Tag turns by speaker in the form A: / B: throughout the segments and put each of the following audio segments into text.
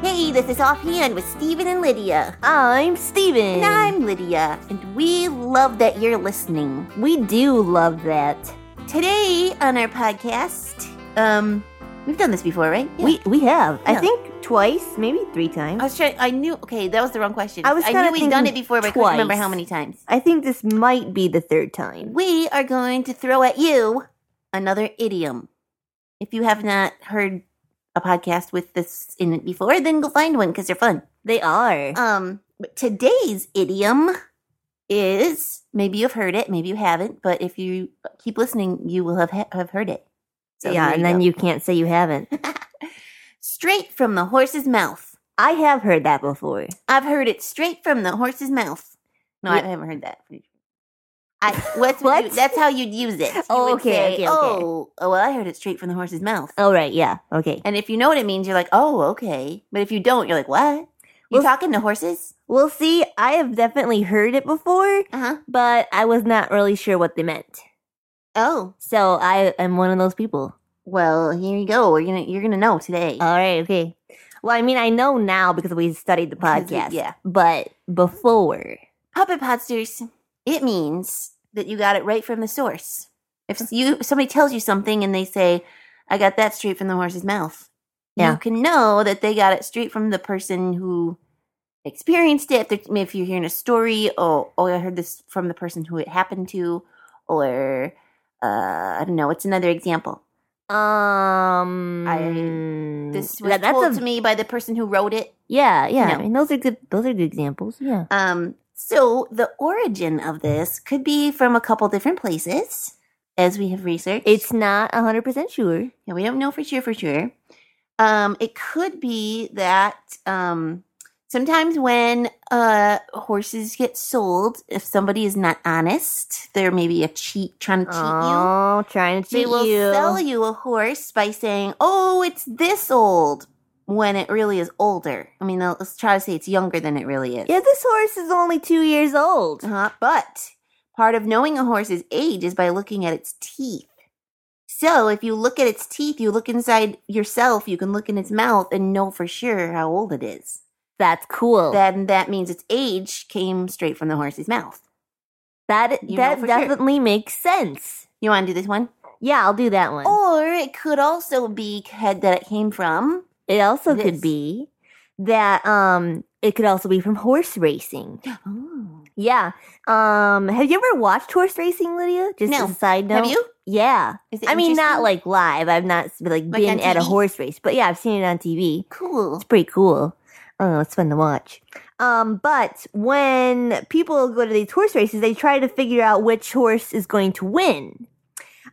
A: Hey, this is Offhand with Steven and Lydia.
B: I'm Steven.
A: And I'm Lydia, and we love that you're listening.
B: We do love that.
A: Today on our podcast, um, we've done this before, right?
B: We we have. I
A: Yeah.
B: think twice, maybe three times.
A: I was trying, I knew, okay, that was the wrong question.
B: I was
A: I knew
B: kinda
A: we'd done it
B: thinking
A: before, but I couldn't remember
B: twice.
A: how many times.
B: I think this might be the third time.
A: We are going to throw at you another idiom. If you have not heard a podcast with this in it before, then go find one because they're fun.
B: They are.
A: Um, but today's idiom is maybe you've heard it, maybe you haven't, but if you keep listening, you will have have heard it.
B: yeah,
A: there
B: and then
A: go.
B: you can't say you haven't.
A: straight from the horse's mouth.
B: I have heard that before.
A: I've heard it straight from the horse's mouth. No,
B: Yeah.
A: I haven't heard that. I what's
B: What?
A: You, that's how you'd use it. You
B: Oh,
A: would
B: okay,
A: say,
B: okay, okay.
A: Oh, oh, well, I heard it straight from the horse's mouth.
B: Oh right, yeah. Okay.
A: And if you know what it means, you're like, oh, okay. But if you don't, you're like, what? You
B: Well,
A: talking to horses?
B: Well see, I have definitely heard it before,
A: Uh huh.
B: but I was not really sure what they meant.
A: Oh,
B: So I am one of those people.
A: well, here you go. We're gonna, you're gonna know today.
B: All right, okay. Well, I mean, I know now because we studied the
A: Because we-
B: podcast.
A: yeah.
B: But before.
A: Puppet Podsters, it means that you got it right from the source. If you somebody tells you something and they say, "I got that straight from the horse's mouth,"
B: Yeah.
A: you can know that they got it straight from the person who experienced it. If, they're- if you're hearing a story, oh, oh, I heard this from the person who it happened to, or uh, I don't know, what's another example?
B: Um,
A: This was
B: that- Mm. that's
A: told
B: a-
A: to me by the person who wrote it.
B: yeah, yeah.
A: No.
B: I mean, those are good. Those are good examples. Yeah.
A: Um, so the origin of this could be from a couple different places, as we have researched.
B: It's not hundred percent sure.
A: Yeah, we don't know for sure for sure. Um, it could be that um, sometimes when uh, horses get sold, if somebody is not honest, they're maybe a cheat trying to cheat you.
B: Oh, trying to
A: They
B: cheat
A: will
B: you.
A: sell you a horse by saying, "Oh, it's this old," when it really is older. I mean, they'll let's try to say it's younger than it really is.
B: Yeah, this horse is only two years old.
A: Uh-huh. But part of knowing a horse's age is by looking at its teeth. So if you look at its teeth, you look inside yourself, you can look in its mouth and know for sure how old it is.
B: That's cool. That
A: Then that means its age came straight from the horse's mouth.
B: that,
A: you know
B: that
A: for sure.
B: definitely makes sense.
A: You want to do this one?
B: Yeah, I'll do that one.
A: Or it could also be head that it came from.
B: it also
A: this.
B: could be that um, it could also be from horse racing.
A: Oh.
B: Yeah. Um, have you ever watched horse racing, Lydia? Just
A: No.
B: as a side note.
A: Have you?
B: Yeah.
A: Is it
B: I mean, not
A: interesting?
B: like live. I've not like,
A: Like on
B: been at a
A: TV?
B: horse race, but yeah, I've seen it on TV.
A: cool.
B: It's pretty cool. Oh, it's fun to watch. Um, but when people go to these horse races, they try to figure out which horse is going to win.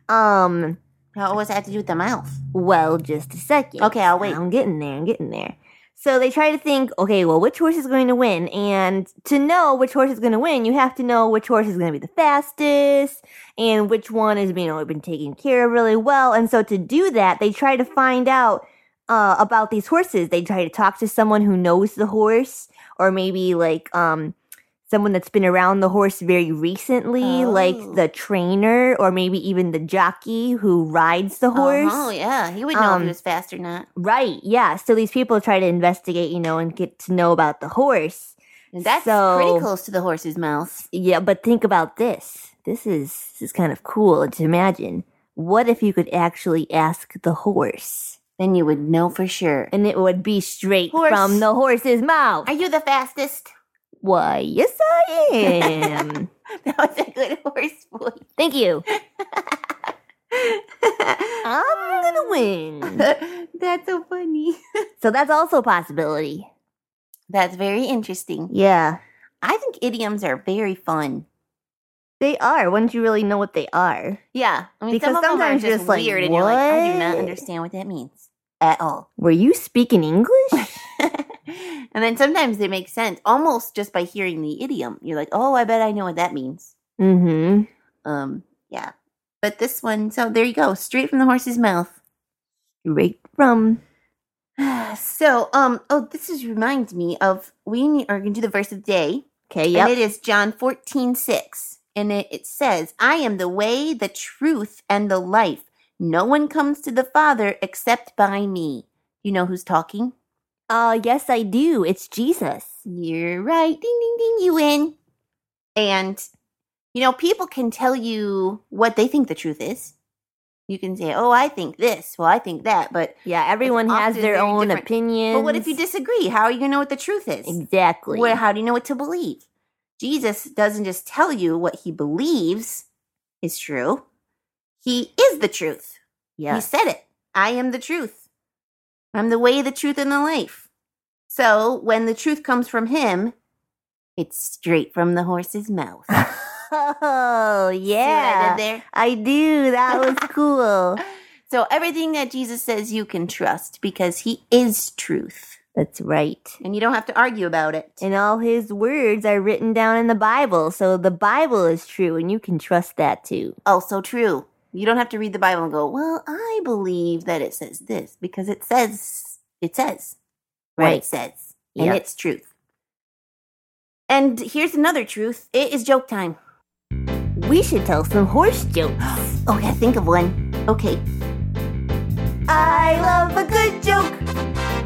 B: Um,
A: How always have to do with the mouth?
B: well, just a second.
A: Okay, I'll wait.
B: I'm getting there. I'm getting there. So they try to think, okay, well, which horse is going to win? And to know which horse is going to win, you have to know which horse is going to be the fastest and which one is being know, been taken care of really well. And so to do that, they try to find out uh, about these horses. They try to talk to someone who knows the horse, or maybe like um, someone that's been around the horse very recently, like
A: Oh.
B: the trainer, or maybe even the jockey who rides the horse.
A: Oh, yeah. He would know if
B: Um,
A: it was fast or not.
B: Right, yeah. So these people try to investigate, you know, and get to know about the horse.
A: That's
B: so-
A: pretty close to the horse's mouth.
B: Yeah, but think about this. This is this is kind of cool to imagine. What if you could actually ask the horse?
A: Then you would know for sure.
B: And it would be straight
A: Horse.
B: from the horse's mouth.
A: Are you the fastest?
B: Why, yes I am.
A: That was a good horse voice.
B: Thank you. I'm gonna win.
A: That's so funny.
B: So that's also a possibility.
A: That's very interesting.
B: Yeah.
A: I think idioms are very fun.
B: They are, once you really know what they are.
A: Yeah, I mean,
B: Because
A: some of them are
B: sometimes you're
A: just
B: just like,
A: weird, and you're like, I do not
B: "What?"
A: understand what that means at all.
B: Were you speaking English?
A: and then sometimes they make sense almost just by hearing the idiom. You're like, oh, I bet I know what that means.
B: mm-hmm.
A: Um, yeah. But this one, so there you go, straight from the horse's mouth.
B: Straight from
A: So, um, oh, this is reminds me of we ne- are going to do the verse of the day,
B: Okay, yep.
A: and it is John fourteen six, and it, it says, "I am the way, the truth, and the life. No one comes to the Father except by me." You know who's talking?
B: Uh, yes, I do. It's Jesus.
A: You're right. Ding, ding, ding. You win. And, you know, people can tell you what they think the truth is. You can say, oh, I think this. Well, I think that. But,
B: Yeah, everyone has
A: often
B: their
A: very
B: own
A: different.
B: opinion.
A: but what if you disagree? How are you going to know what the truth is?
B: Exactly.
A: Where, how do you know what to believe? Jesus doesn't just tell you what he believes is true, he is the truth. He
B: yeah.
A: said it. I am the truth. I'm the way, the truth, and the life. So when the truth comes from him, it's straight from the horse's mouth. See what
B: Oh,
A: I
B: yeah.
A: did there?
B: I do. That was cool.
A: So everything that Jesus says you can trust because he is truth.
B: That's right.
A: And you don't have to argue about it.
B: And all his words are written down in the Bible. So the Bible is true, and you can trust that too.
A: also Oh, true. You don't have to read the Bible and go, "Well, I believe that it says this because it says it says what
B: Right.
A: it says, and
B: Yep.
A: it's truth." And here's another truth: it is joke time.
B: We should tell some horse jokes.
A: Okay, Oh, think of one. Okay,
B: I love a good joke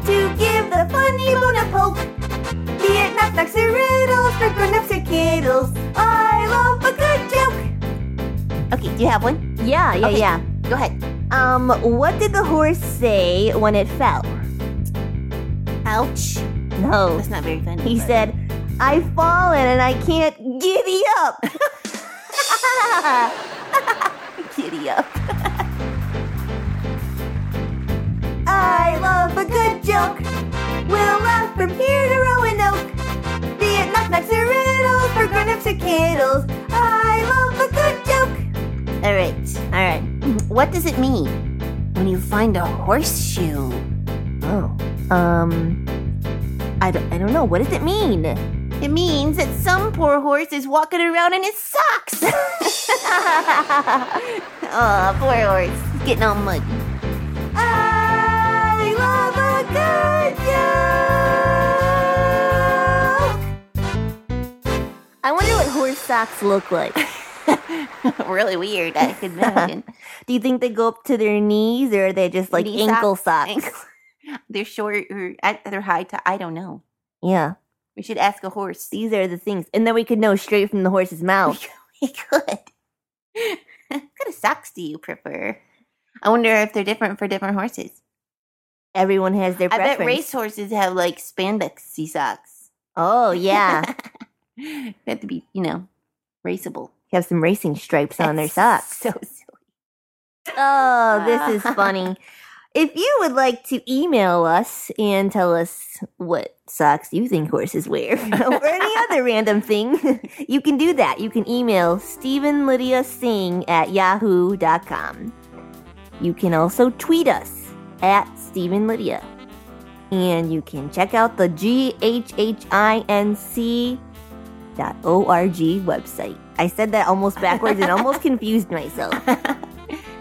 B: to give the funny bone a poke. Be it knock-knocks or riddles for grown-ups or kiddles. I love a good joke.
A: okay. Do you have one?
B: Yeah, yeah,
A: Okay.
B: yeah.
A: Go ahead.
B: Um, what did the horse say when it fell?
A: Ouch!
B: No.
A: That's not very funny.
B: He
A: but-
B: said, I've fallen and I can't giddy up.
A: "Giddy up."
B: I love a good joke. We'll laugh from here to Roanoke. Be it knock-knocks or riddles for grown-ups or kiddles. I love a good joke.
A: All right.
B: All right.
A: What does it mean when you find a horseshoe?
B: Oh. Um. I don't, I don't know. What does it mean?
A: It means that some poor horse is walking around in his socks. oh, poor horse. He's getting all muddy.
B: I love a good joke. I wonder what horse socks look like.
A: really weird, I could imagine.
B: Do you think they go up to their knees or are they just like
A: Knee
B: ankle socks?
A: they're short or uh, they're high to I don't know.
B: Yeah.
A: We should ask a horse.
B: These are the things. And then we could know straight from the horse's mouth.
A: He could. what kind of socks do you prefer? I wonder if they're different for different horses.
B: Everyone has their
A: I
B: preference.
A: bet race horses have like spandexy socks.
B: Oh, yeah.
A: they have to be, you know, raceable.
B: have some racing stripes on their
A: That's
B: socks.
A: So silly.
B: Oh, this is funny. If you would like to email us and tell us what socks you think horses wear or any other random thing, you can do that. You can email Stephen Lydia Singh at yahoo.com. You can also tweet us at Stephen Lydia. And you can check out the G-H-H-I-N-C dot O-R-G website. I said that almost backwards and almost confused myself.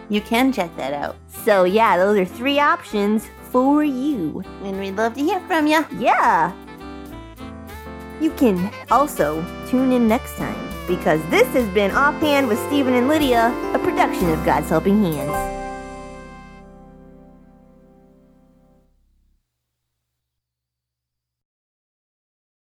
A: You can check that out.
B: So, yeah, those are three options for you.
A: And we'd love to hear from you.
B: Yeah. You can also tune in next time because this has been Offhand with Stephen and Lydia, a production of God's Helping Hands.